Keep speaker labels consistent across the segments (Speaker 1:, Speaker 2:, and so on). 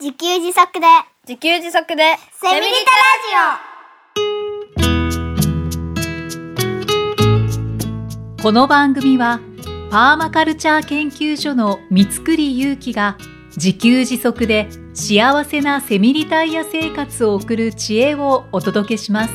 Speaker 1: 自給自足で
Speaker 2: 自給自足で
Speaker 1: セミリタ
Speaker 3: この番組はパーマカルチャー研究所の三栗祐樹が自給自足で幸せなセミリタイヤ生活を送る知恵をお届けします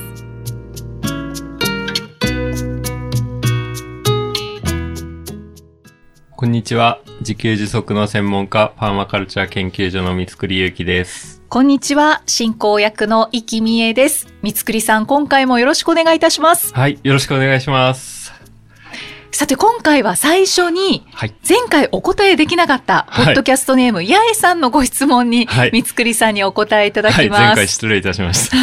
Speaker 4: こんにちは。自給自足の専門家、パーマカルチャー研究所の三栗祐樹です。
Speaker 3: こんにちは進行役の生きみえです三栗さん今回もよろしくお願いいたします
Speaker 4: はい、よろしくお願いします。
Speaker 3: さて今回は最初に
Speaker 4: はい。
Speaker 3: 前回お答えできなかった、
Speaker 4: はい
Speaker 3: ポッドキャストネーム、八重さんのご質問に、
Speaker 4: はい
Speaker 3: 三つくりさんにお答えいただ
Speaker 4: は
Speaker 3: き
Speaker 4: い、
Speaker 3: ます。
Speaker 4: 前回失礼いたしま した。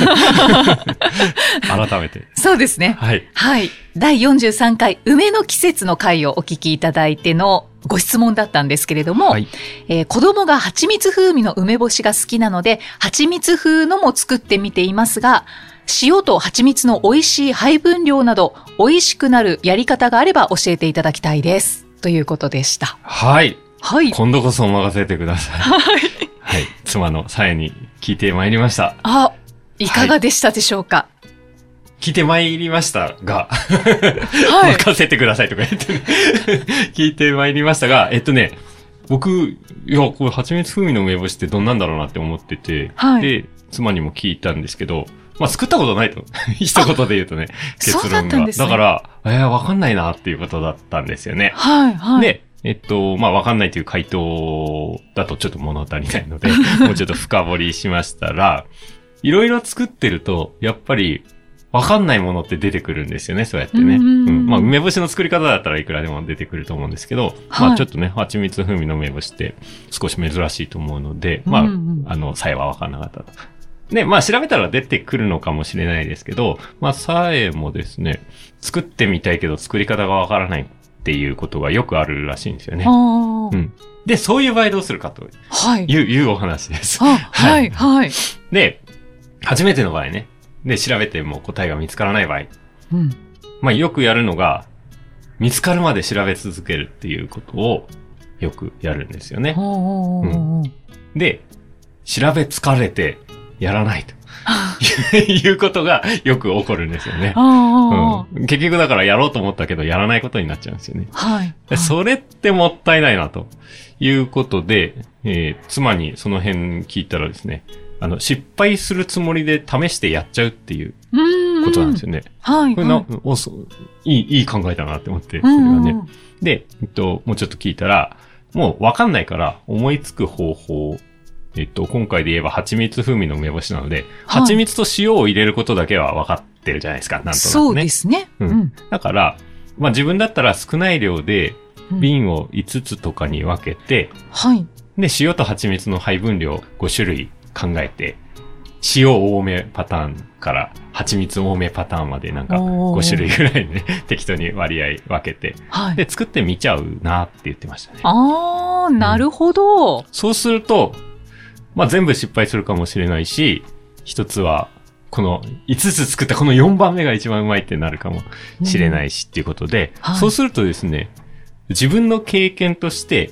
Speaker 4: 改めて。
Speaker 3: そうですね。
Speaker 4: はい。
Speaker 3: はい。第43回、梅の季節の回をお聞きいただいてのご質問だったんですけれども、
Speaker 4: はい。
Speaker 3: えー子供が蜂蜜風味の梅干しが好きなので、蜂蜜風のも作ってみていますが、塩と蜂蜜の美味しい配分量など、美味しくなるやり方があれば教えていただきたいです。ということでした。
Speaker 4: はい。
Speaker 3: はい。
Speaker 4: 今度こそ任せてください。
Speaker 3: はい。
Speaker 4: はい。妻のさえに聞いてまいりました。
Speaker 3: あ、いかがでしたでしょうか。
Speaker 4: 聞いてまいりましたが、
Speaker 3: はい。
Speaker 4: 任せてくださいとか言って、ね、 聞いてまいりましたが、えっとね、僕、いや、これ蜂蜜風味の梅干しってどんなんだろうなって思ってて、
Speaker 3: はい
Speaker 4: で、妻にも聞いたんですけど、まあ、作ったことないと。 一言で言うとね、結論が。
Speaker 3: そうだったんですね
Speaker 4: から、えー、わかんないなっていうことだったんですよね。
Speaker 3: はい。はい。
Speaker 4: で、えっと、まあ、わかんないという回答だとちょっと物足りな いので、もうちょっと深掘りしましたら、いろいろ作ってると、やっぱり、わかんないものって出てくるんですよね、そうやってね。
Speaker 3: うんうんうん
Speaker 4: まあ、梅干しの作り方だったらいくらでも出てくると思うんですけど、
Speaker 3: は
Speaker 4: ま
Speaker 3: い
Speaker 4: あ、ちょっとね、蜂蜜風味の梅干しって少し珍しいと思うので、
Speaker 3: うん
Speaker 4: まあ、
Speaker 3: うん
Speaker 4: あの、さえはわかんなかったと。で、まあ、調べたら出てくるのかもしれないですけど、まあ、さえもですね、作ってみたいけど作り方がわからないっていうことがよくあるらしいんですよね。
Speaker 3: あー
Speaker 4: うん。で、そういう場合どうするかとい
Speaker 3: はい。
Speaker 4: う、 いうお話です。
Speaker 3: あ、はい、はい。
Speaker 4: で、初めての場合ね。で、調べても答えが見つからない場合。
Speaker 3: うん。
Speaker 4: まあ、よくやるのが、見つかるまで調べ続けるっていうことをよくやるんですよね。
Speaker 3: おーおーおーおー
Speaker 4: で、調べ疲れてやらないということがよく起こるんですよ ね。
Speaker 3: あ
Speaker 4: うん、結局だからやろうと思ったけどやらないことになっちゃうんですよね。
Speaker 3: ー。はい。
Speaker 4: でそれってもったいないなということで、えー妻にその辺聞いたらですね、あの、失敗するつもりで試してやっちゃうっていう
Speaker 3: うん。
Speaker 4: ことなんですよね。
Speaker 3: はい。
Speaker 4: これ
Speaker 3: は、
Speaker 4: ないおそういい、いい考えだなって思って、それ
Speaker 3: う
Speaker 4: は
Speaker 3: んうん
Speaker 4: ね。で、えっと、もうちょっと聞いたら、もうわかんないから思いつく方法、えっと、今回で言えば蜂蜜風味の梅干しなので、
Speaker 3: はい
Speaker 4: 蜂蜜と塩を入れることだけは分かってるじゃないですか、なんとなくね。
Speaker 3: そうですね。
Speaker 4: うん
Speaker 3: うん
Speaker 4: だから、まあ自分だったら少ない量で
Speaker 3: うん
Speaker 4: 瓶を5つとかに分けて、
Speaker 3: はい。
Speaker 4: で、塩と蜂蜜の配分量5種類考えて、塩多めパターンから蜂蜜多めパターンまでなんか
Speaker 3: おー
Speaker 4: 5種類ぐらいね、 適当に割合分けて、
Speaker 3: はい。
Speaker 4: で、作ってみちゃうなって言ってましたね。
Speaker 3: あー、なるほど。
Speaker 4: そうすると、まあ全部失敗するかもしれないし、一つは、この5つ作ったこの4番目が一番うまいってなるかもしれないしっていうことで、
Speaker 3: はい
Speaker 4: そうするとですね、自分の経験として、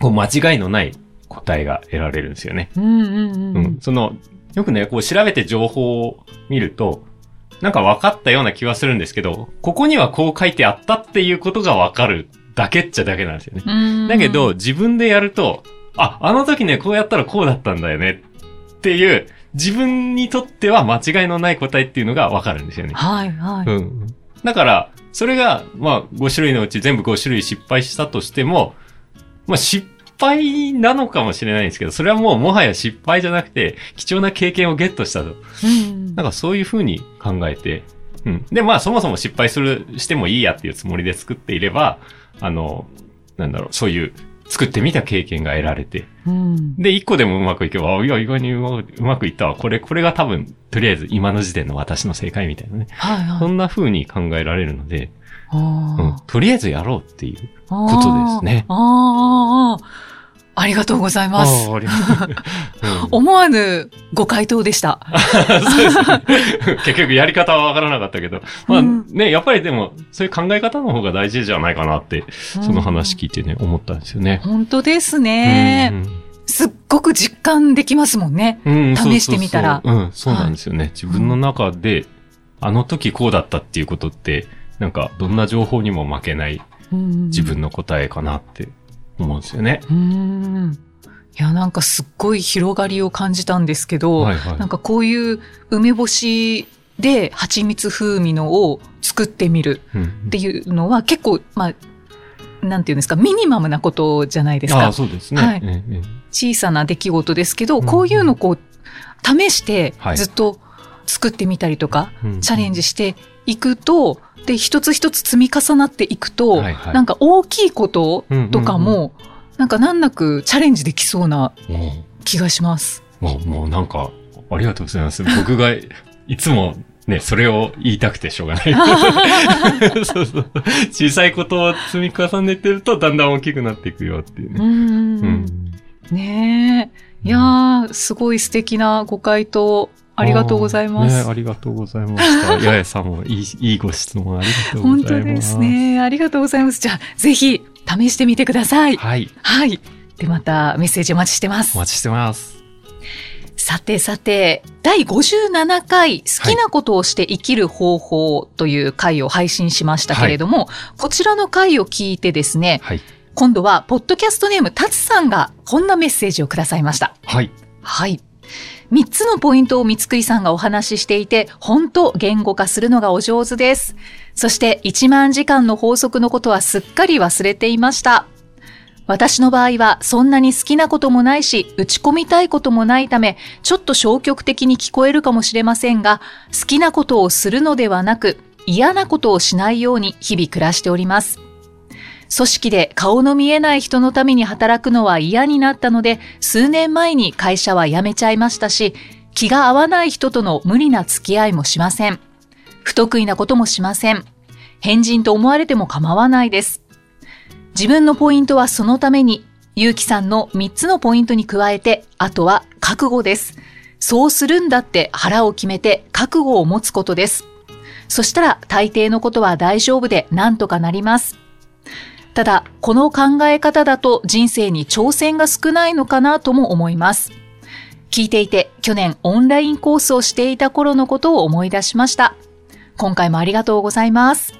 Speaker 4: こう間違いのない答えが得られるんですよね。
Speaker 3: うんうん
Speaker 4: う。
Speaker 3: うんん。
Speaker 4: その、よくね、こう調べて情報を見ると、なんか分かったような気はするんですけど、ここにはこう書いてあったっていうことが分かるだけっちゃだけなんですよね。
Speaker 3: うん
Speaker 4: だけど、、自分でやると、あ、あの時ね、こうやったらこうだったんだよねっていう、自分にとっては間違いのない答えっていうのがわかるんですよね。
Speaker 3: はいは
Speaker 4: う
Speaker 3: い。
Speaker 4: ん。だから、それが、まあ、5種類のうち全部5種類失敗したとしても、まあ、失敗なのかもしれないんですけど、それはもうもはや失敗じゃなくて、貴重な経験をゲットしたと。
Speaker 3: うん
Speaker 4: なんかそういう風に考えて、うん。で、まあそもそも失敗する、してもいいやっていうつもりで作っていれば、あの、なんだろう、そういう、作ってみた経験が得られて、
Speaker 3: うん。
Speaker 4: で、一個でもうまくいけば、あいや、意外にうまうまくいったわ。これ、これが多分、とりあえず今の時点の私の正解みたいなね。
Speaker 3: はい
Speaker 4: そ
Speaker 3: はい。
Speaker 4: んな風に考えられるので、
Speaker 3: あ
Speaker 4: うん
Speaker 3: ー。
Speaker 4: とりあえずやろうっていう。
Speaker 3: こ
Speaker 4: ことですね
Speaker 3: あーあー、あーありがとうございます。
Speaker 4: ありがと ううん
Speaker 3: 思わぬご回答でした。
Speaker 4: そうですね 結局やり方はわからなかったけど。まあ
Speaker 3: うん
Speaker 4: ね、やっぱりでも、そういう考え方の方が大事じゃないかなってその話
Speaker 3: うん
Speaker 4: 聞いてね、思ったんですよね。
Speaker 3: 本当ですね。
Speaker 4: うん
Speaker 3: すっごく実感できますもんね。
Speaker 4: うん、そうそうそ
Speaker 3: 試
Speaker 4: う
Speaker 3: してみたら
Speaker 4: うん、そうなんですよね。自分の中で、あの時こうだったっていうことって、なんか、どんな情報にも負けない自
Speaker 3: 自
Speaker 4: 分の答えかなって思うんですよね。
Speaker 3: うーん。いや、なんかすっごい広がりを感じたんですけど、
Speaker 4: はいはい
Speaker 3: なんかこういう梅干しで蜂蜜風味のを作ってみる
Speaker 4: うん
Speaker 3: っていうのは結構、まあ、なんていうんですか、ミニマムなことじゃないです
Speaker 4: ああ、
Speaker 3: か。
Speaker 4: そうですね。
Speaker 3: はい
Speaker 4: ええええ
Speaker 3: 小さな出来事ですけど、
Speaker 4: うん
Speaker 3: こういうのこう、試して
Speaker 4: はい
Speaker 3: ずっと作ってみたりとか、
Speaker 4: うん
Speaker 3: チャレンジしていくと、で、一つ一つ積み重なっていくと、
Speaker 4: はいはい
Speaker 3: なんか大きいこととか
Speaker 4: うんう
Speaker 3: も、なんか難なくチャレンジできそうな
Speaker 4: も
Speaker 3: 気がします。
Speaker 4: う、もう、もうなんか、ありがとうございます。僕が、 いつも、ね、それを言いたくてしょう がない。そうそう。小さいことを積み重ねてると、だんだん大きくなっていくよっていう
Speaker 3: う
Speaker 4: ね。
Speaker 3: ん
Speaker 4: うん
Speaker 3: ねえ。いやー、すごい素敵なご回答、ありがとうございま
Speaker 4: あー
Speaker 3: す。
Speaker 4: ねありがとうござい ました。八重さんもいい、いいご質問ありがとうござい
Speaker 3: 本
Speaker 4: ます。
Speaker 3: 当です。ね。ありがとうございます。じゃあ、ぜひ、試してみてください。
Speaker 4: はい。
Speaker 3: はい。で、また、メッセージお待ちしてます
Speaker 4: お。待ちしてます。
Speaker 3: さてさて、第57回、好きなことをして生きる方法という回を配信しましたけれども、こちらの回を聞いてですね、
Speaker 4: はい。
Speaker 3: 今度は、ポッドキャストネーム、たつさんが、こんなメッセージをくださいました。
Speaker 4: はい。
Speaker 3: はい。3つのポイントを三つくりさんがお話ししていて、本当言語化するのがお上手です。そして1万時間の法則のことはすっかり忘れていました。私の場合はそんなに好きなこともないし、打ち込みたいこともないため、ちょっと消極的に聞こえるかもしれませんが、好きなことをするのではなく、嫌なことをしないように日々暮らしております。組織で顔の見えない人のために働くのは嫌になったので、数年前に会社は辞めちゃいましたし、気が合わない人との無理な付き合いもしません。不得意なこともしません。変人と思われても構わないです。自分のポイントはそのために、ゆうきさんの3つのポイントに加えて、あとは覚悟です。そうするんだって腹を決めて覚悟を持つことです。そしたら大抵のことは大丈夫でなんとかなります。ただ、この考え方だと人生に挑戦が少ないのかなとも思います。聞いていて、去年オンラインコースをしていた頃のことを思い出しました。今回もありがとうございます。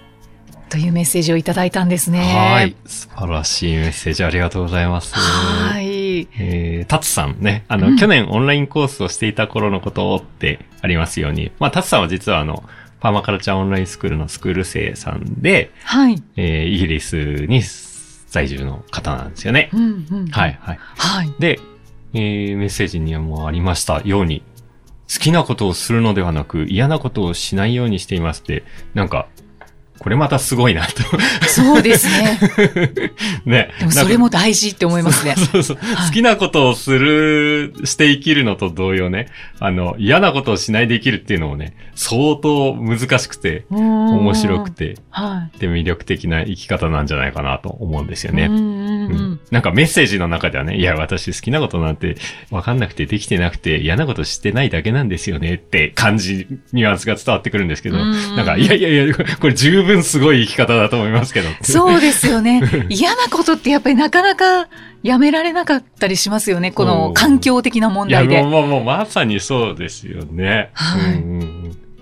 Speaker 3: というメッセージをいただいたんですね。
Speaker 4: はい。素晴らしいメッセージありがとうございます。
Speaker 3: はい。
Speaker 4: えー、タツさんね、あの、
Speaker 3: うん
Speaker 4: 去年オンラインコースをしていた頃のことをってありますように、まあ、タツさんは実はあの、パーマカルチャーオンラインスクールのスクール生さんで、
Speaker 3: はい。
Speaker 4: えー、イギリスに在住の方なんですよね。
Speaker 3: うんうん。
Speaker 4: はい、。はい。
Speaker 3: はい。
Speaker 4: で、えーメッセージにはもうありましたように、好きなことをするのではなく、嫌なことをしないようにしていますって、なんか、これまたすごいなと。
Speaker 3: そうですね。
Speaker 4: ね。
Speaker 3: でもそれも大事って思いますね。
Speaker 4: そうそう。
Speaker 3: はい
Speaker 4: 好きなことをする、して生きるのと同様ね、あの、嫌なことをしないで生きるっていうのもね、相当難しくて、面
Speaker 3: 面
Speaker 4: 白く。て、
Speaker 3: は
Speaker 4: で、魅力的な生き方なんじゃないかなと思うんですよ
Speaker 3: い。
Speaker 4: ね
Speaker 3: う。んうんう
Speaker 4: うんん。なんかメッセージの中ではね、いや、私好きなことなんて分かんなくてできてなくて嫌なことしてないだけなんですよねって感じ、ニュアンスが伝わってくるんですけど、
Speaker 3: うん
Speaker 4: なんか、いやいやいや、これ十分すごい生き方だと思いますけど。
Speaker 3: そうですよ ね。嫌なことってやっぱりなかなかやめられなかったりしますよね。こ
Speaker 4: う
Speaker 3: の
Speaker 4: ん
Speaker 3: 環境的な問
Speaker 4: いや、
Speaker 3: 題で。
Speaker 4: もう、もう、もう、まさにそうですよね。
Speaker 3: はい
Speaker 4: うんうん
Speaker 3: い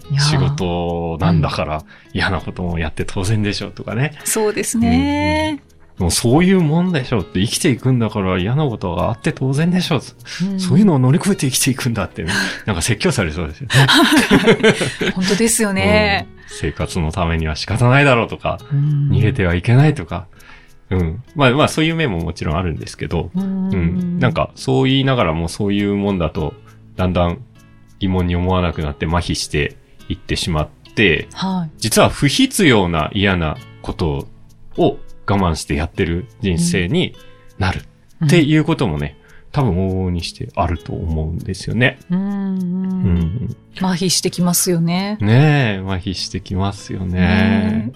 Speaker 4: うん
Speaker 3: や
Speaker 4: 仕事なんだから嫌なこともやって当然でしょうとかね。
Speaker 3: そうですね。
Speaker 4: もうそういうもんでしょうって生きていくんだから嫌なことがあって当然でしょう。そういう
Speaker 3: の。
Speaker 4: のを乗り越えて生きていくんだっ てね。なんか説教されそうですよね。
Speaker 3: 本当ですよね。
Speaker 4: うん生活のためには仕方ないだろうとか、逃
Speaker 3: 逃
Speaker 4: げてはいけないとか。うん。まあまあそういう面ももちろんあるんですけど、
Speaker 3: う
Speaker 4: うん。なん。かそう言いながらもそういうもんだと、だんだん疑問に思わなくなって麻痺していってしまって、
Speaker 3: はい。
Speaker 4: 実は不必要な嫌なことを我慢してやってる人生になるっていうこともね、多分往々にしてあると思うんですよね。
Speaker 3: うん。う。
Speaker 4: うんん。
Speaker 3: 麻痺してきますよね。
Speaker 4: ねえ、麻痺してきますよね。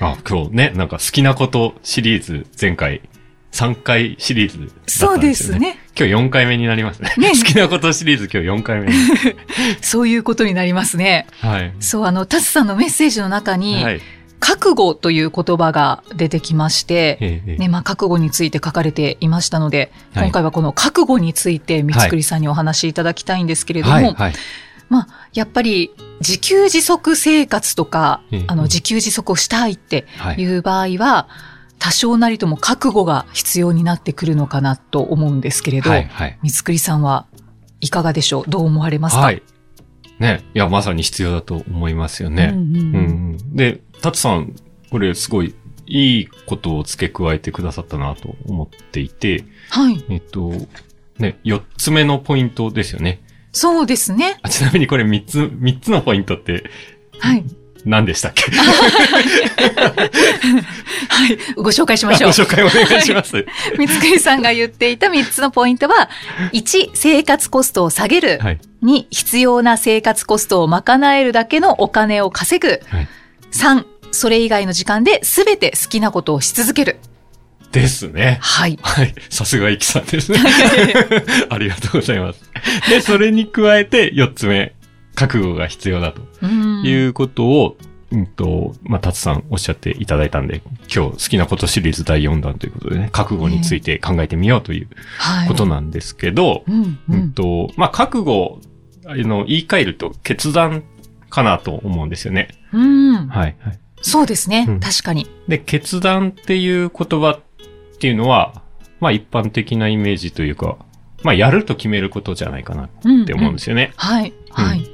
Speaker 4: あ、今日ね、なんか好きなことシリーズ前回3回シリーズだったんですよ、
Speaker 3: そ
Speaker 4: ね。
Speaker 3: うです。ね。
Speaker 4: 今日4回目になりますね。
Speaker 3: ね
Speaker 4: 好きなことシリーズ今日4回目。
Speaker 3: そういうことになりますね。
Speaker 4: はい。
Speaker 3: そう、あの、タツさんのメッセージの中に、
Speaker 4: はい。
Speaker 3: 覚悟という言葉が出てきまして、
Speaker 4: ええええ
Speaker 3: ねまあ、覚悟について書かれていましたので、
Speaker 4: はい
Speaker 3: 今回はこの覚悟について三つくりさんにお話しいただきたいんですけれども、
Speaker 4: はい、はい。
Speaker 3: まあ、やっぱり自給自足生活とか、
Speaker 4: ええ
Speaker 3: あの自給自足をしたいって
Speaker 4: はいい。
Speaker 3: う場合は、多少なりとも覚悟が必要になってくるのかなと思うんですけれど、
Speaker 4: はい。はい。
Speaker 3: 三つくりさんはいかがでしょうどう思われますか、
Speaker 4: はい。ね。いや、まさに必要だと思いますよ
Speaker 3: う
Speaker 4: ね。
Speaker 3: んうん
Speaker 4: うん、うん。で、タツさん、これすごいいいことを付け加えてくださったなと思っていて、
Speaker 3: はい。
Speaker 4: えっと、ね、4つ目のポイントですよね。
Speaker 3: そうですね。
Speaker 4: あちなみにこれ3つ、三つのポイントって
Speaker 3: はい。
Speaker 4: 何でしたっけ
Speaker 3: はい。ご紹介し
Speaker 4: ご
Speaker 3: ましょう。
Speaker 4: 紹介お願いし ます。
Speaker 3: 三つくりさんが言っていた三つのポイントは、1、生活コストを下げる。
Speaker 4: はい。
Speaker 3: 2、必要な生活コストを賄えるだけのお金を稼ぐ。
Speaker 4: はい
Speaker 3: 3、それ以外の時間で全て好きなことをし続ける。
Speaker 4: ですね。
Speaker 3: はい。
Speaker 4: はい。さすがイキさんですね。ありがとうございます。で、それに加えて4つ目。覚悟が必要だと
Speaker 3: うん
Speaker 4: いうことを、うんと、まあ、タツさんおっしゃっていただいたんで、今日好きなことシリーズ第4弾ということでね、覚悟について考えてみようという
Speaker 3: はい
Speaker 4: ことなんですけど、
Speaker 3: うんう
Speaker 4: うん
Speaker 3: ん。
Speaker 4: と、まあ、覚悟、あの、言い換えると決断かなと思うんですよね。
Speaker 3: うん。
Speaker 4: はい。はい、
Speaker 3: そうですね。
Speaker 4: うん
Speaker 3: 確かに。
Speaker 4: で、決断っていう言葉っていうのは、まあ、一般的なイメージというか、まあ、やると決めることじゃないかなっ
Speaker 3: って。
Speaker 4: 思うんですすよね。
Speaker 3: はい。はい。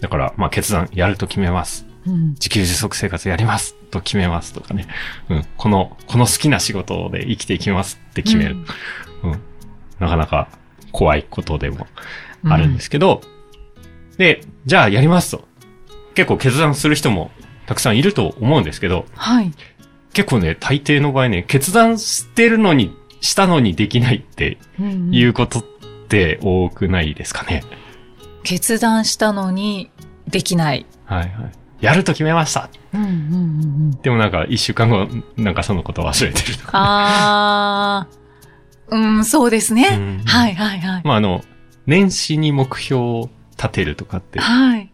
Speaker 4: だから、まあ、決断、やると決めます。
Speaker 3: うん
Speaker 4: 自給自足生活やりますと決めますとかね。うん。この、この好きな仕事で生きていきますって決める。なかなか怖いことでもあるんですけど、で、じゃあやりますと。結構決断する人もたくさんいると思うんですけど、
Speaker 3: はい。
Speaker 4: 結構ね、大抵の場合ね、決断してるのに、したのにできないってい
Speaker 3: 言
Speaker 4: うことって多くないですかね。
Speaker 3: 決断したのにできない。
Speaker 4: はいはい。やると決めました
Speaker 3: うんうんうんうん。
Speaker 4: でもなんか一週間後、なんかそのこと忘れてるとか、
Speaker 3: あー。うん、そうです
Speaker 4: ね。
Speaker 3: ね。
Speaker 4: うん
Speaker 3: はいはいはい。
Speaker 4: まああの、年始に目標を立てるとかって、
Speaker 3: はい。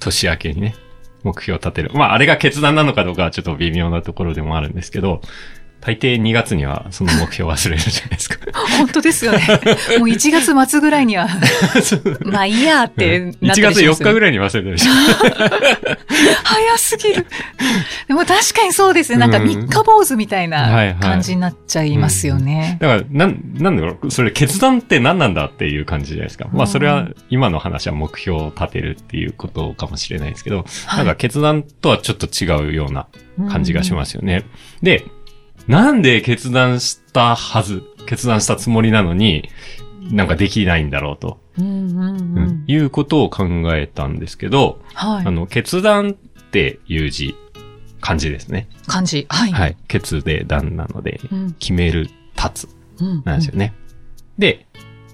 Speaker 4: 年明けにね、目標を立てる。まああれが決断なのかどうかはちょっと微妙なところでもあるんですけど、大抵2月にはその目標を忘れるじゃないですか。
Speaker 3: 本当ですよ ね。もう1月末ぐらいには、
Speaker 4: そう
Speaker 3: まあいい やっ
Speaker 4: うん
Speaker 3: て
Speaker 4: 1
Speaker 3: なったり
Speaker 4: 月
Speaker 3: しま
Speaker 4: 4
Speaker 3: すよね
Speaker 4: 日ぐらいに忘れてるでしょ。
Speaker 3: 早すぎる。でも確かにそうですね。なんか
Speaker 4: うん
Speaker 3: 三日坊主みたい
Speaker 4: はいは
Speaker 3: ない感じになっちゃいますよね。。
Speaker 4: だから、なん、なんだろう、それ決断って何なんだっていう感じじゃないですか。まあそれは、今の話は目標を立てるっていうことかもしれないですけど、なんか決断とはちょっと違うような感じがしますすよね。で、なんで決断したはず、決断したつもりなのに、なんかできないんだろうと、
Speaker 3: うんうんうん。
Speaker 4: いうことを考えたんですけど、
Speaker 3: は
Speaker 4: あ
Speaker 3: い。
Speaker 4: の、決断っていう字、漢字ですね。
Speaker 3: 感じ。はい。
Speaker 4: はい。決で断なので、
Speaker 3: うん
Speaker 4: 決める、立つ
Speaker 3: うん
Speaker 4: なんですよね。で、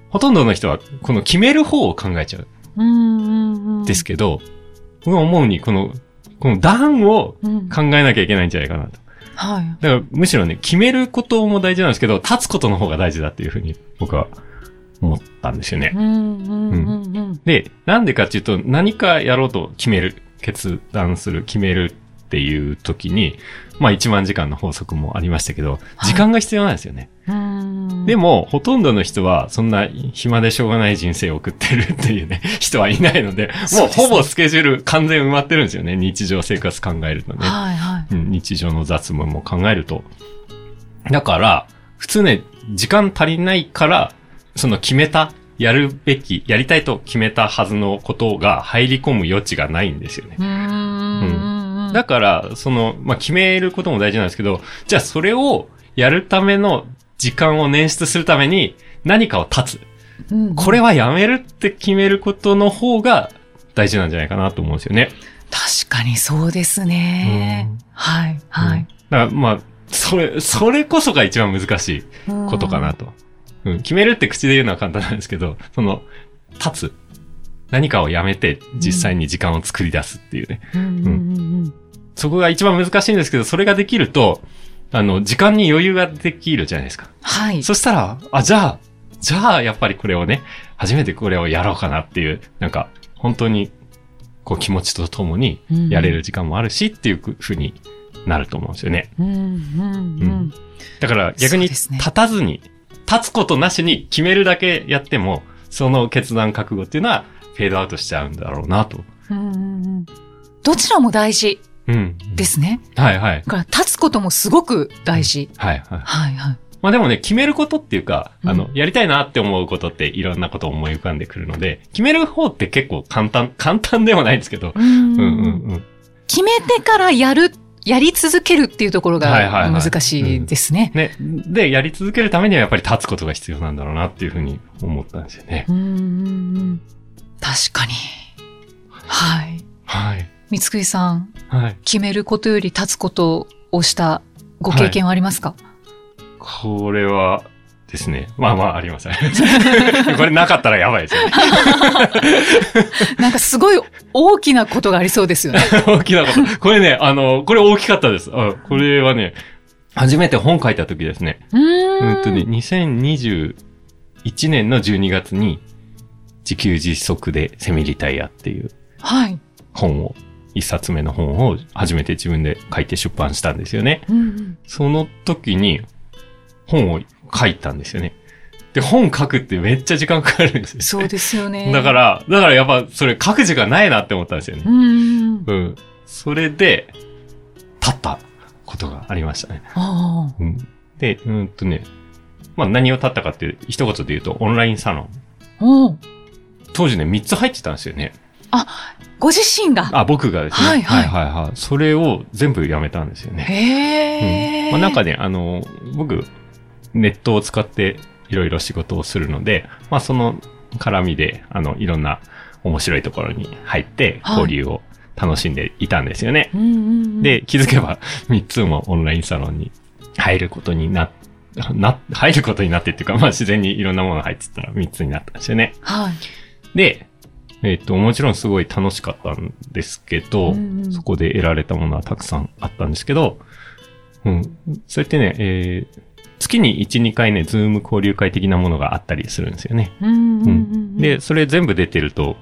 Speaker 4: ほとんどの人はこの決める方を考えちゃう
Speaker 3: うんうんうん
Speaker 4: んですけど、僕は思うにこの、この段を
Speaker 3: うん
Speaker 4: 考えなきゃいけないんじゃないかなと。
Speaker 3: はい。
Speaker 4: だからむしろね、決めることも大事なんですけど、立つことの方が大事だっていうふうに僕は思ったんですよね。
Speaker 3: うんうんうんうん
Speaker 4: で、なんでかっていうと、何かやろうと決める、決断する、決めるっていう時に、まあ1万時間の法則もありましたけど、
Speaker 3: はい
Speaker 4: 時間が必要なんですよね。
Speaker 3: うん。
Speaker 4: でも、ほとんどの人は、そんな暇でしょうがない人生を送ってるっていうね、 人はいないので、も
Speaker 3: そううですね
Speaker 4: ほぼスケジュール完全埋まってるんですよね、日常生活考えるとね。
Speaker 3: はいはい。
Speaker 4: うん日常の雑務も考えると。だから、普通ね、時間足りないから、その決めた、やるべき、やりたいと決めたはずのことが入り込む余地がないんですよね。
Speaker 3: うんうんうん。
Speaker 4: だから、その、まあ、決めることも大事なんですけど、じゃあそれをやるための時間を捻出するために何かを立
Speaker 3: う
Speaker 4: つ。
Speaker 3: ん
Speaker 4: これはやめるって決めることの方が大事なんじゃないかなと思うんですよね。
Speaker 3: 確かにそうですね
Speaker 4: うん。
Speaker 3: はいはい。
Speaker 4: だから、まあ、それ、それこそが一番難しいことかなと。うん、決めるって口で言うのは簡単なんですけど、その、立つ。何かをやめて実際に時間を作り出すっていうね。
Speaker 3: うん。うんうんうん
Speaker 4: そこが一番難しいんですけど、それができると、あの、時間に余裕ができるじゃないですか。
Speaker 3: はい。
Speaker 4: そしたら、あ、じゃあ、じゃあ、やっぱりこれをね、初めてこれをやろうかなっていう、なんか、本当に、こう気持ちとともにやれる時間もあるしっていうふうになると思うんですよね。
Speaker 3: うんうんう
Speaker 4: うんんだから逆
Speaker 3: そ
Speaker 4: に
Speaker 3: うですね
Speaker 4: 立たずに、立つことなしに決めるだけやっても、その決断覚悟っていうのはフェードアウトしちゃうんだろうなと。
Speaker 3: うんうんうんどちらも大事
Speaker 4: うん。
Speaker 3: ですね。
Speaker 4: はいはい。
Speaker 3: だから立つこともすごく大事。
Speaker 4: はいはい。
Speaker 3: はいはい。
Speaker 4: まあでもね、決めることっていうか、あの
Speaker 3: う、
Speaker 4: やりたいなって思うことっていろんなこと思い浮かんでくるので、決める方って結構簡単、簡単でもないんですけど、
Speaker 3: うん
Speaker 4: うんうんうん。
Speaker 3: 決めてからやる、やり続けるっていうところ
Speaker 4: はいはいは
Speaker 3: が
Speaker 4: い
Speaker 3: 難しいですね。
Speaker 4: ね、で、やり続けるためにはやっぱり立つことが必要なんだろうなっていうふうに思ったんですよね。
Speaker 3: うんうんうん確かに。はい。
Speaker 4: はい。
Speaker 3: 三つくりさん、
Speaker 4: はい。
Speaker 3: 決めることより立つことをしたご経験はありますか、
Speaker 4: これはですね。まあまあ、あります。あ ります。これなかったらやばいですよね。
Speaker 3: なんかすごい大きなことがありそうですよ ね。
Speaker 4: 大きなこと。これね、あの、これ大きかったです。あこれはね、初めて本書いた時ですね。
Speaker 3: うーん
Speaker 4: うんとね、2021年の12月に、自給自足でセミリタイアっていう
Speaker 3: はい。
Speaker 4: 本を、一冊目の本を初めて自分で書いて出版したんですよね。
Speaker 3: うんうん
Speaker 4: その時に本を書いたんですよね。で、本書くってめっちゃ時間かかるんですよ。
Speaker 3: そうですよね。
Speaker 4: だか。ら、だからやっぱそれ書く時間ないなって思ったんですよ
Speaker 3: う
Speaker 4: ね。
Speaker 3: んうん。
Speaker 4: うん。それで、立ったことがありましたね。
Speaker 3: あ
Speaker 4: うん。で、うんとね、まあ何を立ったかっていう、一言で言うとオンラインサロン。
Speaker 3: あ。おう
Speaker 4: 当時ね、3つ入ってたんですよね。
Speaker 3: ご自身が。
Speaker 4: あ、僕がですね。
Speaker 3: はいはい
Speaker 4: はいはいはいそれを全部やめたんですよね。
Speaker 3: へえ、
Speaker 4: まあ、なんかね、あの、僕、ネットを使っていろいろ仕事をするので、まあ、その絡みで、あの、いろんな面白いところに入って、
Speaker 3: はい
Speaker 4: 交流を楽しんでいたんですよね。
Speaker 3: うんうんうん、
Speaker 4: で、気づけば、3つ もオンラインサロンに入ることにな、な、入ることになってっていうか、まあ、自然にいろんなものが入ってたら3つになったんですよね。
Speaker 3: はい。
Speaker 4: で、えっ、と、もちろんすごい楽しかったんですけど、
Speaker 3: うんうん
Speaker 4: そこで得られたものはたくさんあったんですけど、うん。そうやってね、えー月に1、2回ね、ズーム交流会的なものがあったりするんですよね。
Speaker 3: うんうんうんうん、
Speaker 4: で、それ全部出てると、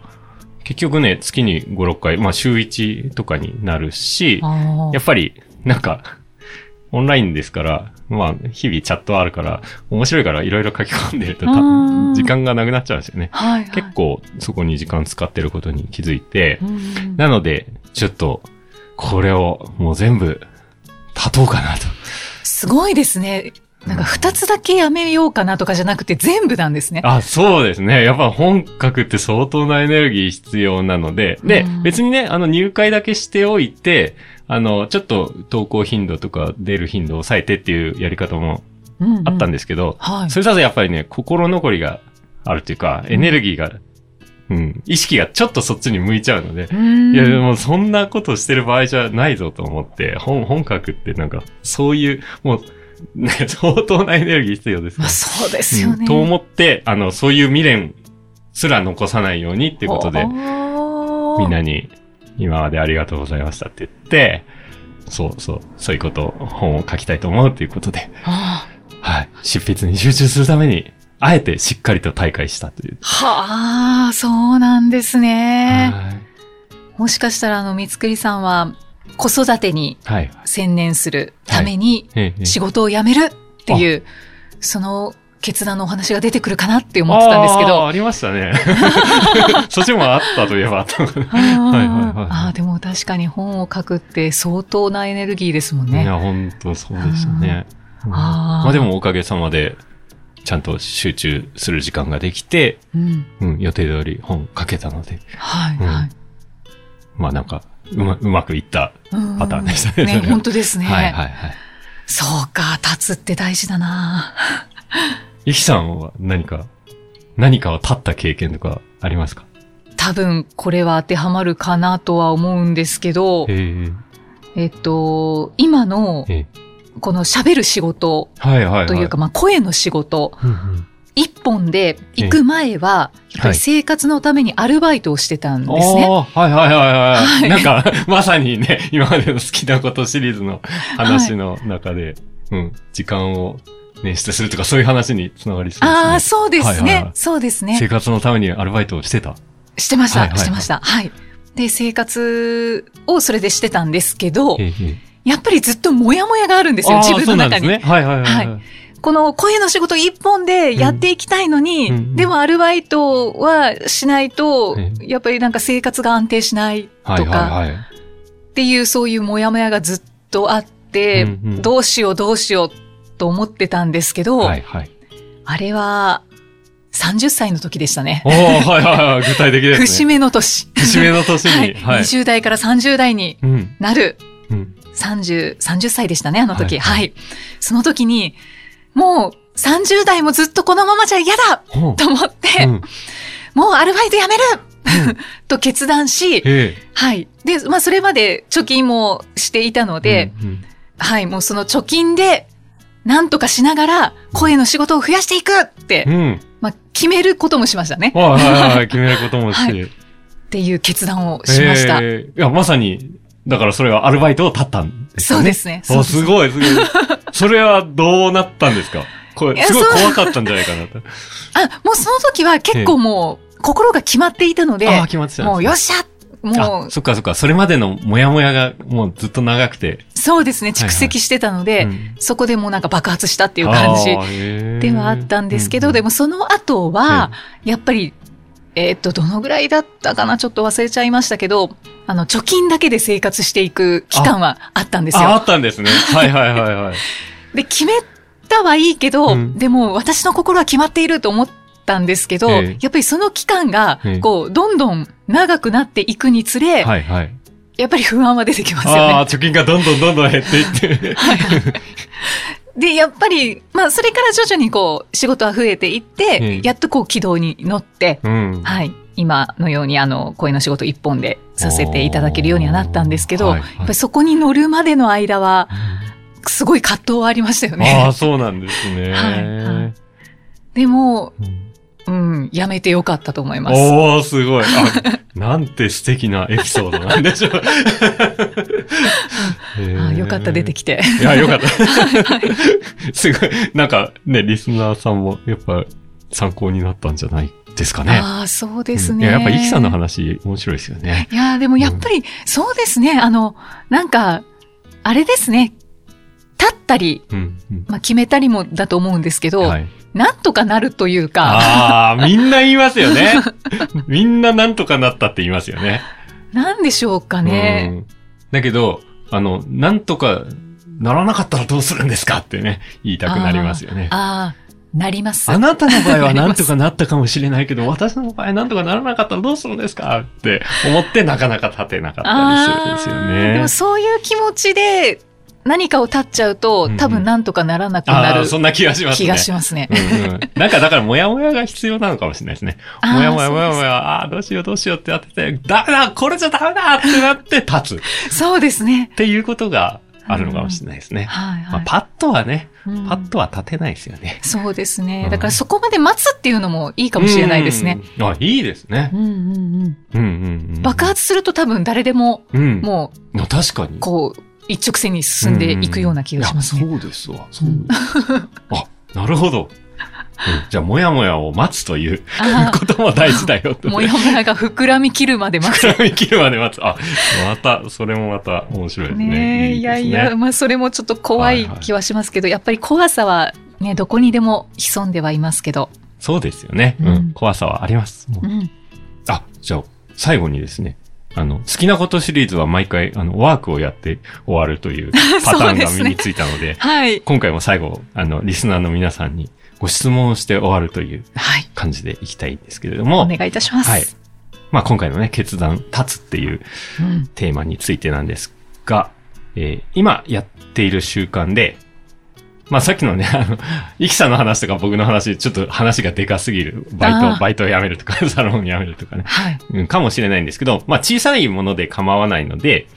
Speaker 4: 結局ね、月に5、6回、まあ週1とかになるし、
Speaker 3: あ
Speaker 4: やっぱり、なんか、オンラインですから、まあ、日々チャットあるから、面白いからいろいろ書き込んでるとた、
Speaker 3: うん
Speaker 4: 時間がなくなっちゃうんですよね。
Speaker 3: ぱ、はいはい、
Speaker 4: 結構そこに時間使ってることに気づいて
Speaker 3: う、んうん、
Speaker 4: なので、ちょっと、これをもう全部、立とうかなと。
Speaker 3: すごいですね。なんか二つだけやめようかなとかじゃなくて全部なんですね。
Speaker 4: あ、そうですね。やっぱ本格って相当なエネルギー必要なので、で
Speaker 3: うん、
Speaker 4: 別にね、あの入会だけしておいて、あの、ちょっと投稿頻度とか出る頻度を抑えてっていうやり方も
Speaker 3: うんうん
Speaker 4: あったんですけど、
Speaker 3: はい。
Speaker 4: それだとやっぱりね、心残りがあるというか、エネルギーが、うん、意識がちょっとそっちに向いちゃうので、
Speaker 3: うん
Speaker 4: いや、でもそんなことしてる場合じゃないぞと思って、本、本書くってなんか、そういう、もう、ね、相当なエネルギー必要ですか
Speaker 3: まあ、
Speaker 4: ら。
Speaker 3: そうですよね。
Speaker 4: うんと思って、あの、そういう未練すら残さないようにっていうことで、みんな
Speaker 3: に。
Speaker 4: に、今までありがとうございましたって言って、そうそう、そういうことを、本を書きたいと思うっていうことで、
Speaker 3: あ
Speaker 4: はい。執筆に集中するために、あえてしっかりと大会したという。
Speaker 3: はあ、そうなんですね。
Speaker 4: はい
Speaker 3: もしかしたら、あの、三つくりさんは、子育てに
Speaker 4: はい。
Speaker 3: 専念するために、
Speaker 4: ええええ
Speaker 3: 仕事を辞めるっていう、その決断のお話が出てくるかなって思ってたんですけ
Speaker 4: あー
Speaker 3: ど。
Speaker 4: ありましたね。 そっちもあったといえばあったのかな。はいはいはい
Speaker 3: ああ、でも確かに本を書くって相当なエネルギーですもん
Speaker 4: い
Speaker 3: ね。
Speaker 4: や、本当そうでしたね。うん
Speaker 3: あー
Speaker 4: まあでもおかげさまで、ちゃんと集中する時間ができて、
Speaker 3: うん。
Speaker 4: うん、予定通り本書けたので、
Speaker 3: はい、はい。
Speaker 4: まあなんか、うま、うまくいった。
Speaker 3: うん
Speaker 4: パターンでしたねそれは
Speaker 3: 本当ですね。
Speaker 4: はいはいはい。
Speaker 3: そうか、立つって大事だな。
Speaker 4: ゆきさんは何か、何かを立った経験とかありますか
Speaker 3: 多分これは当てはまるかなとは思うんですけど、
Speaker 4: ええ
Speaker 3: えっと、今の
Speaker 4: ええ
Speaker 3: この喋る仕事
Speaker 4: はいはいはい。
Speaker 3: というか、まあ声の仕事、
Speaker 4: うんうん、
Speaker 3: 一本で行く前は、やっぱり生活のためにアルバイトをしてたんですね。
Speaker 4: あーはいはいはい
Speaker 3: は
Speaker 4: はいい。なんか、まさにね、今までの好きなことシリーズの話の中で、うん、時間を捻出するとかそういう話につながりそうですね。
Speaker 3: ああ、そうですね、
Speaker 4: はいはいはい
Speaker 3: そうです
Speaker 4: 生
Speaker 3: ね。
Speaker 4: 活のためにアルバイトをしてた。
Speaker 3: してました、
Speaker 4: はいはいは
Speaker 3: し
Speaker 4: い
Speaker 3: てました。はい。で、生活をそれでしてたんですけど、
Speaker 4: ええ
Speaker 3: やっぱりずっとモヤモヤがあるんですよ、
Speaker 4: あー
Speaker 3: 自分の中
Speaker 4: そう
Speaker 3: に。
Speaker 4: なんですね。はいはいはい。
Speaker 3: はこの声の仕事一本でやっていきたいのに、
Speaker 4: うんうん
Speaker 3: でもアルバイトはしないと
Speaker 4: え、
Speaker 3: やっぱりなんか生活が安定しない
Speaker 4: はい
Speaker 3: とか、
Speaker 4: はいはい。
Speaker 3: っていうそういうモヤモヤがずっとあって、
Speaker 4: うんうん
Speaker 3: どうしようどうしようと思ってたんですけど、
Speaker 4: はいはい。
Speaker 3: あれは30歳の時でしたね。
Speaker 4: おーはいはいはい。具体的ですね。
Speaker 3: 節目の年。
Speaker 4: 節目の年
Speaker 3: はい
Speaker 4: に。はい。
Speaker 3: 20代から30代に
Speaker 4: うん。
Speaker 3: なる
Speaker 4: うん。
Speaker 3: 30、30歳でしたね、あの時。は、
Speaker 4: はいい
Speaker 3: その時に、もう30代もずっとこのままじゃ嫌だ
Speaker 4: ほう
Speaker 3: と思って、
Speaker 4: うん
Speaker 3: もうアルバイトやめると決断し、
Speaker 4: ええ。
Speaker 3: はい。で、まあそれまで貯金もしていたので、
Speaker 4: うんうん
Speaker 3: はい、もうその貯金で、なんとかしながら声の仕事を増やしていくって、
Speaker 4: うん。
Speaker 3: まあ決めることもしましたね。
Speaker 4: はいはいはい。決めることもして。
Speaker 3: っていう決断をしました。
Speaker 4: ええいや、まさに、だからそれはアルバイトを立ったんです
Speaker 3: そ
Speaker 4: よ
Speaker 3: う
Speaker 4: ね。
Speaker 3: ですね。
Speaker 4: お、
Speaker 3: そう
Speaker 4: す
Speaker 3: です
Speaker 4: ごい、すごい。 それはどうなったんですかこ
Speaker 3: い
Speaker 4: れ、
Speaker 3: や
Speaker 4: すごい
Speaker 3: そう
Speaker 4: 怖かったんじゃないかなと。
Speaker 3: あ、もうその時は結構もう心が決まっていたので、
Speaker 4: ああ、決まってたんですね
Speaker 3: もうよっしゃも
Speaker 4: あ
Speaker 3: う、
Speaker 4: そっかそっか。それまでのモヤモヤがもうずっと長くて。
Speaker 3: そうですね、
Speaker 4: いはい
Speaker 3: 蓄積してたので、
Speaker 4: うん
Speaker 3: そこでもうなんか爆発したっていう感じ
Speaker 4: あーへー
Speaker 3: ではあったんですけど、でもその後は、やっぱり、えーっと、どのぐらいだったかなちょっと忘れちゃいましたけど、あの、貯金だけで生活していく期間はあったんです
Speaker 4: ああ
Speaker 3: よ。
Speaker 4: ったんです ね。はいはいはいはい。
Speaker 3: で、決めたはいいけど、
Speaker 4: うん
Speaker 3: でも私の心は決まっていると思ったんですけど、
Speaker 4: ええ
Speaker 3: やっぱりその期間が
Speaker 4: ええ、
Speaker 3: こう、どんどん長くなっていくにつれ、
Speaker 4: はいはい。
Speaker 3: やっぱり不安は出てきますよね。
Speaker 4: ああ、貯金がどんどんどんどん減っていって。
Speaker 3: で、やっぱり、まあ、それから徐々にこう、仕事は増えていって、
Speaker 4: ええ
Speaker 3: やっとこう、軌道に乗って、
Speaker 4: うん。
Speaker 3: はい、今のように、あの、声の仕事一本でさせていただけるようにはなったんですけど、
Speaker 4: おーはいはい
Speaker 3: やっぱりそこに乗るまでの間は、すごい葛藤はありましたよ
Speaker 4: あ
Speaker 3: ね
Speaker 4: あ、。そうなんです
Speaker 3: はい
Speaker 4: ね。
Speaker 3: は でも、
Speaker 4: うん
Speaker 3: うん、やめてよかったと思います。
Speaker 4: おー、すごい。あ なんて素敵なエピソードなんでしょう。
Speaker 3: あよかった、出てきて。
Speaker 4: いや、よかった。 すごい。なんかね、リスナーさんもやっぱ参考になったんじゃないですかね。
Speaker 3: ああ、そうですね。
Speaker 4: うんいや、やっぱイキさんの話面白いですよね。
Speaker 3: いやーでもやっぱり、そうですね。あの、なんか、あれですね。立ったり、
Speaker 4: うん。うん
Speaker 3: まあ、決めたりもだと思うんですけど、
Speaker 4: はい、
Speaker 3: なんとかなるというか、
Speaker 4: ああ、みんな言いますよね。みんななんとかなったって言いますよね。
Speaker 3: なんでしょうか
Speaker 4: う
Speaker 3: ね。
Speaker 4: んだけど、あの、なんとかならなかったらどうするんですかってね、言いたくなりますよね。
Speaker 3: ああ、なります。
Speaker 4: あなたの場合はなんとかなったかもしれないけど、私の場合なんとかならなかったらどうするんですかって思ってなかなか立てなかったりするん
Speaker 3: あーでも
Speaker 4: です
Speaker 3: そういう気持ちで何かを立っちゃうと
Speaker 4: うんう、ん
Speaker 3: 多分なんとかならなく
Speaker 4: よね。
Speaker 3: な
Speaker 4: ああー、
Speaker 3: る
Speaker 4: そんな気がしますね。
Speaker 3: 気がしますね。
Speaker 4: うんうんなんかだから、もやもやが必要なのかもしれないですね。
Speaker 3: あー
Speaker 4: もやもやもや
Speaker 3: そう
Speaker 4: も
Speaker 3: で
Speaker 4: や、ああー、どうしようどうしようってやってて、ダメだこれじゃダメだってなって立つ。
Speaker 3: すそうですね
Speaker 4: っ。ていうことがあるのかもしれないですね。
Speaker 3: はい
Speaker 4: ま
Speaker 3: は
Speaker 4: あ、
Speaker 3: い。
Speaker 4: パッとはね、
Speaker 3: うん
Speaker 4: パッとは立てないですよね。
Speaker 3: そうです
Speaker 4: う
Speaker 3: ね。
Speaker 4: ん
Speaker 3: だからそこまで待つっていうのもいいかもしれないですね。
Speaker 4: うん。あ、いいですね
Speaker 3: う。んうんうん。
Speaker 4: うんうんうん。
Speaker 3: 爆発すると多分誰でも、
Speaker 4: うん。も
Speaker 3: も
Speaker 4: う。確かに
Speaker 3: う、。こう、一直線に進んでいくような気がしますね。
Speaker 4: いやそうですわ。そうです。あ、なるほど。うんじゃあ、もやもやを待つという
Speaker 3: あー
Speaker 4: ことも大事だよと。
Speaker 3: もやもやが膨らみ切るまで待つ。
Speaker 4: 膨らみ切るまで待つ。 あ、また、それもまた面白いですね。
Speaker 3: ねえ、い
Speaker 4: です
Speaker 3: や
Speaker 4: ね
Speaker 3: いや、。まあそれもちょっと怖い気はしますけど、やっぱり怖さはね、どこにでも潜んではいますけど。
Speaker 4: そうですよね。
Speaker 3: う
Speaker 4: うんん。怖さはあります。もう
Speaker 3: うん。
Speaker 4: あ、じゃあ、最後にですね。あの、好きなことシリーズは毎回、あの、ワークをやって終わる というパターンが身についたので、
Speaker 3: はい。
Speaker 4: 今回も最後、あの、リスナーの皆さんにご質問をして終わるという
Speaker 3: はい。
Speaker 4: 感じでいきたいんですけれど
Speaker 3: お
Speaker 4: も、
Speaker 3: 願いいたします。
Speaker 4: はい。まあ、今回のね、決断、立つっていう
Speaker 3: うん。
Speaker 4: テーマについてなんですが、えー今やっている習慣で、まあさっきのね、あの、イキさんの話とか僕の話、ちょっと話がでかすぎる。バイ
Speaker 3: あー
Speaker 4: ト、バイトを辞めるとか、 サロンを辞めるとかね。
Speaker 3: はい。
Speaker 4: うんかもしれないんですけど、まあ小さいもので構わないので、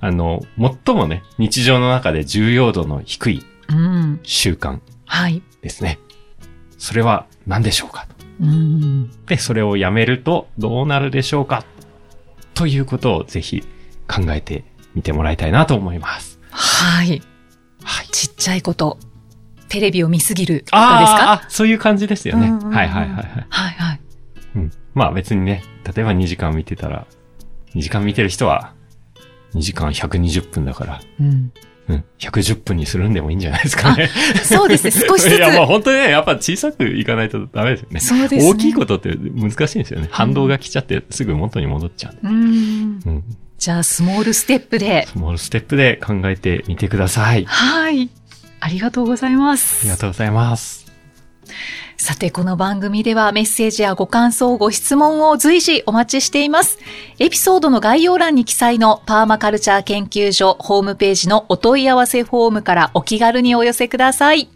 Speaker 4: あの、最もね、日常の中で重要度の低い
Speaker 3: うん。
Speaker 4: 習慣
Speaker 3: はい。
Speaker 4: ですね。それは何でしょうか
Speaker 3: うん。
Speaker 4: で、それをやめるとどうなるでしょうかということをぜひ考えてみてもらいたいなと思います。
Speaker 3: はい。
Speaker 4: はい。
Speaker 3: ちっちゃいこと。テレビを見すぎるとかですか
Speaker 4: あーあ、そういう感じですよね。
Speaker 3: うんうんうん
Speaker 4: はいはいはいはい。
Speaker 3: はいはい。
Speaker 4: うん、まあ別にね、例えば2時間見てたら、2時間見てる人は、 2時間120分だから、
Speaker 3: うん、
Speaker 4: うん、110分にするんでもいいんじゃないですかね。
Speaker 3: そうですね、少しずつ
Speaker 4: い。や、もう本当にね、やっぱ小さくいかないとダメですよね。
Speaker 3: そうですね。
Speaker 4: 大きいことって難しいんですよね。反動が来ちゃってすぐ元に戻っちゃう。
Speaker 3: うん。
Speaker 4: うん。
Speaker 3: じゃあ、スモールステップで。
Speaker 4: スモールステップで考えてみてください。あ
Speaker 3: はい。ありがとうございます。
Speaker 4: りがとうございます。
Speaker 3: さて、この番組ではメッセージやご感想、ご質問を随時お待ちしています。エピソードの概要欄に記載のパーマカルチャー研究所ホームページのお問い合わせフォームからお気軽にお寄せください。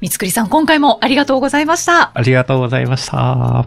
Speaker 3: 三つくりさん、今回もありがとうございました。
Speaker 4: ありがとうございました。